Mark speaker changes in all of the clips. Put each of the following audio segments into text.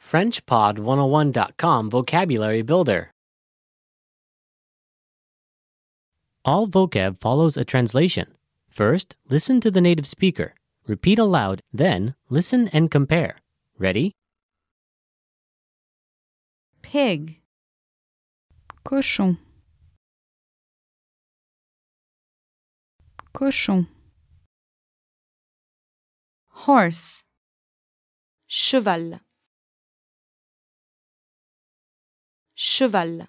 Speaker 1: FrenchPod101.com Vocabulary Builder. All vocab follows a translation. First, listen to the native speaker. Repeat aloud, then, listen and compare. Ready?
Speaker 2: Pig.
Speaker 3: Cochon. Cochon.
Speaker 2: Horse.
Speaker 4: cheval, cheval,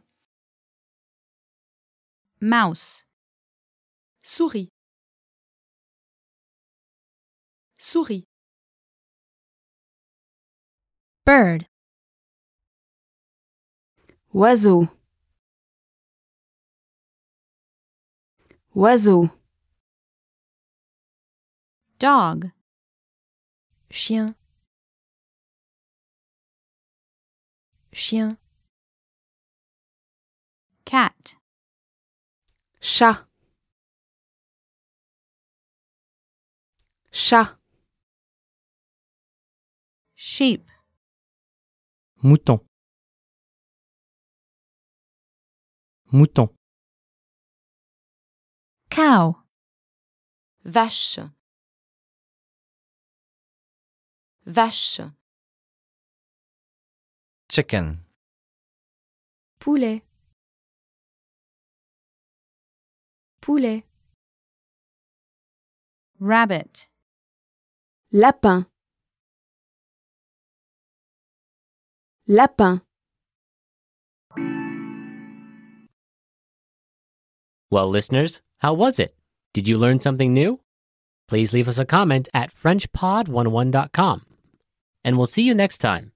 Speaker 2: Mouse.
Speaker 4: souris, souris,
Speaker 2: Bird.
Speaker 3: Oiseau. Oiseau.
Speaker 2: Dog.
Speaker 3: Chien. Chien.
Speaker 2: Cat.
Speaker 3: Chat. Chat.
Speaker 2: Sheep.
Speaker 5: Mouton. Mouton.
Speaker 2: Cow.
Speaker 4: vache, vache,
Speaker 6: chicken,
Speaker 3: Poulet. Poulet.
Speaker 2: Rabbit.
Speaker 3: Lapin. Lapin.
Speaker 1: Well, listeners, how was it? Did you learn something new? oh Please leave us a comment at FrenchPod101.com. And we'll see you next time.